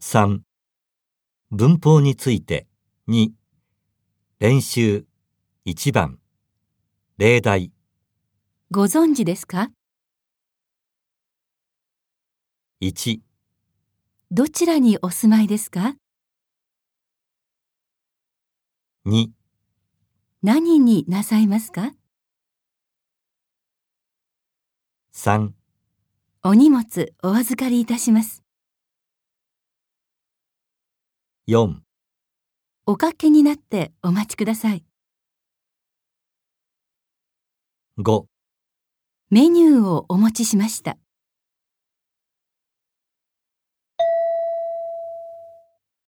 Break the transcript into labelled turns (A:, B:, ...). A: 3. 文法について2練習1番例題
B: ご存知ですか
A: 1
B: どちらにお住まいですか
A: 2
B: 何になさいますか
A: 3
B: お荷物お預かりいたします。
A: 4
B: おかけになってお待ちください。
A: 5
B: メニューをお持ちしました。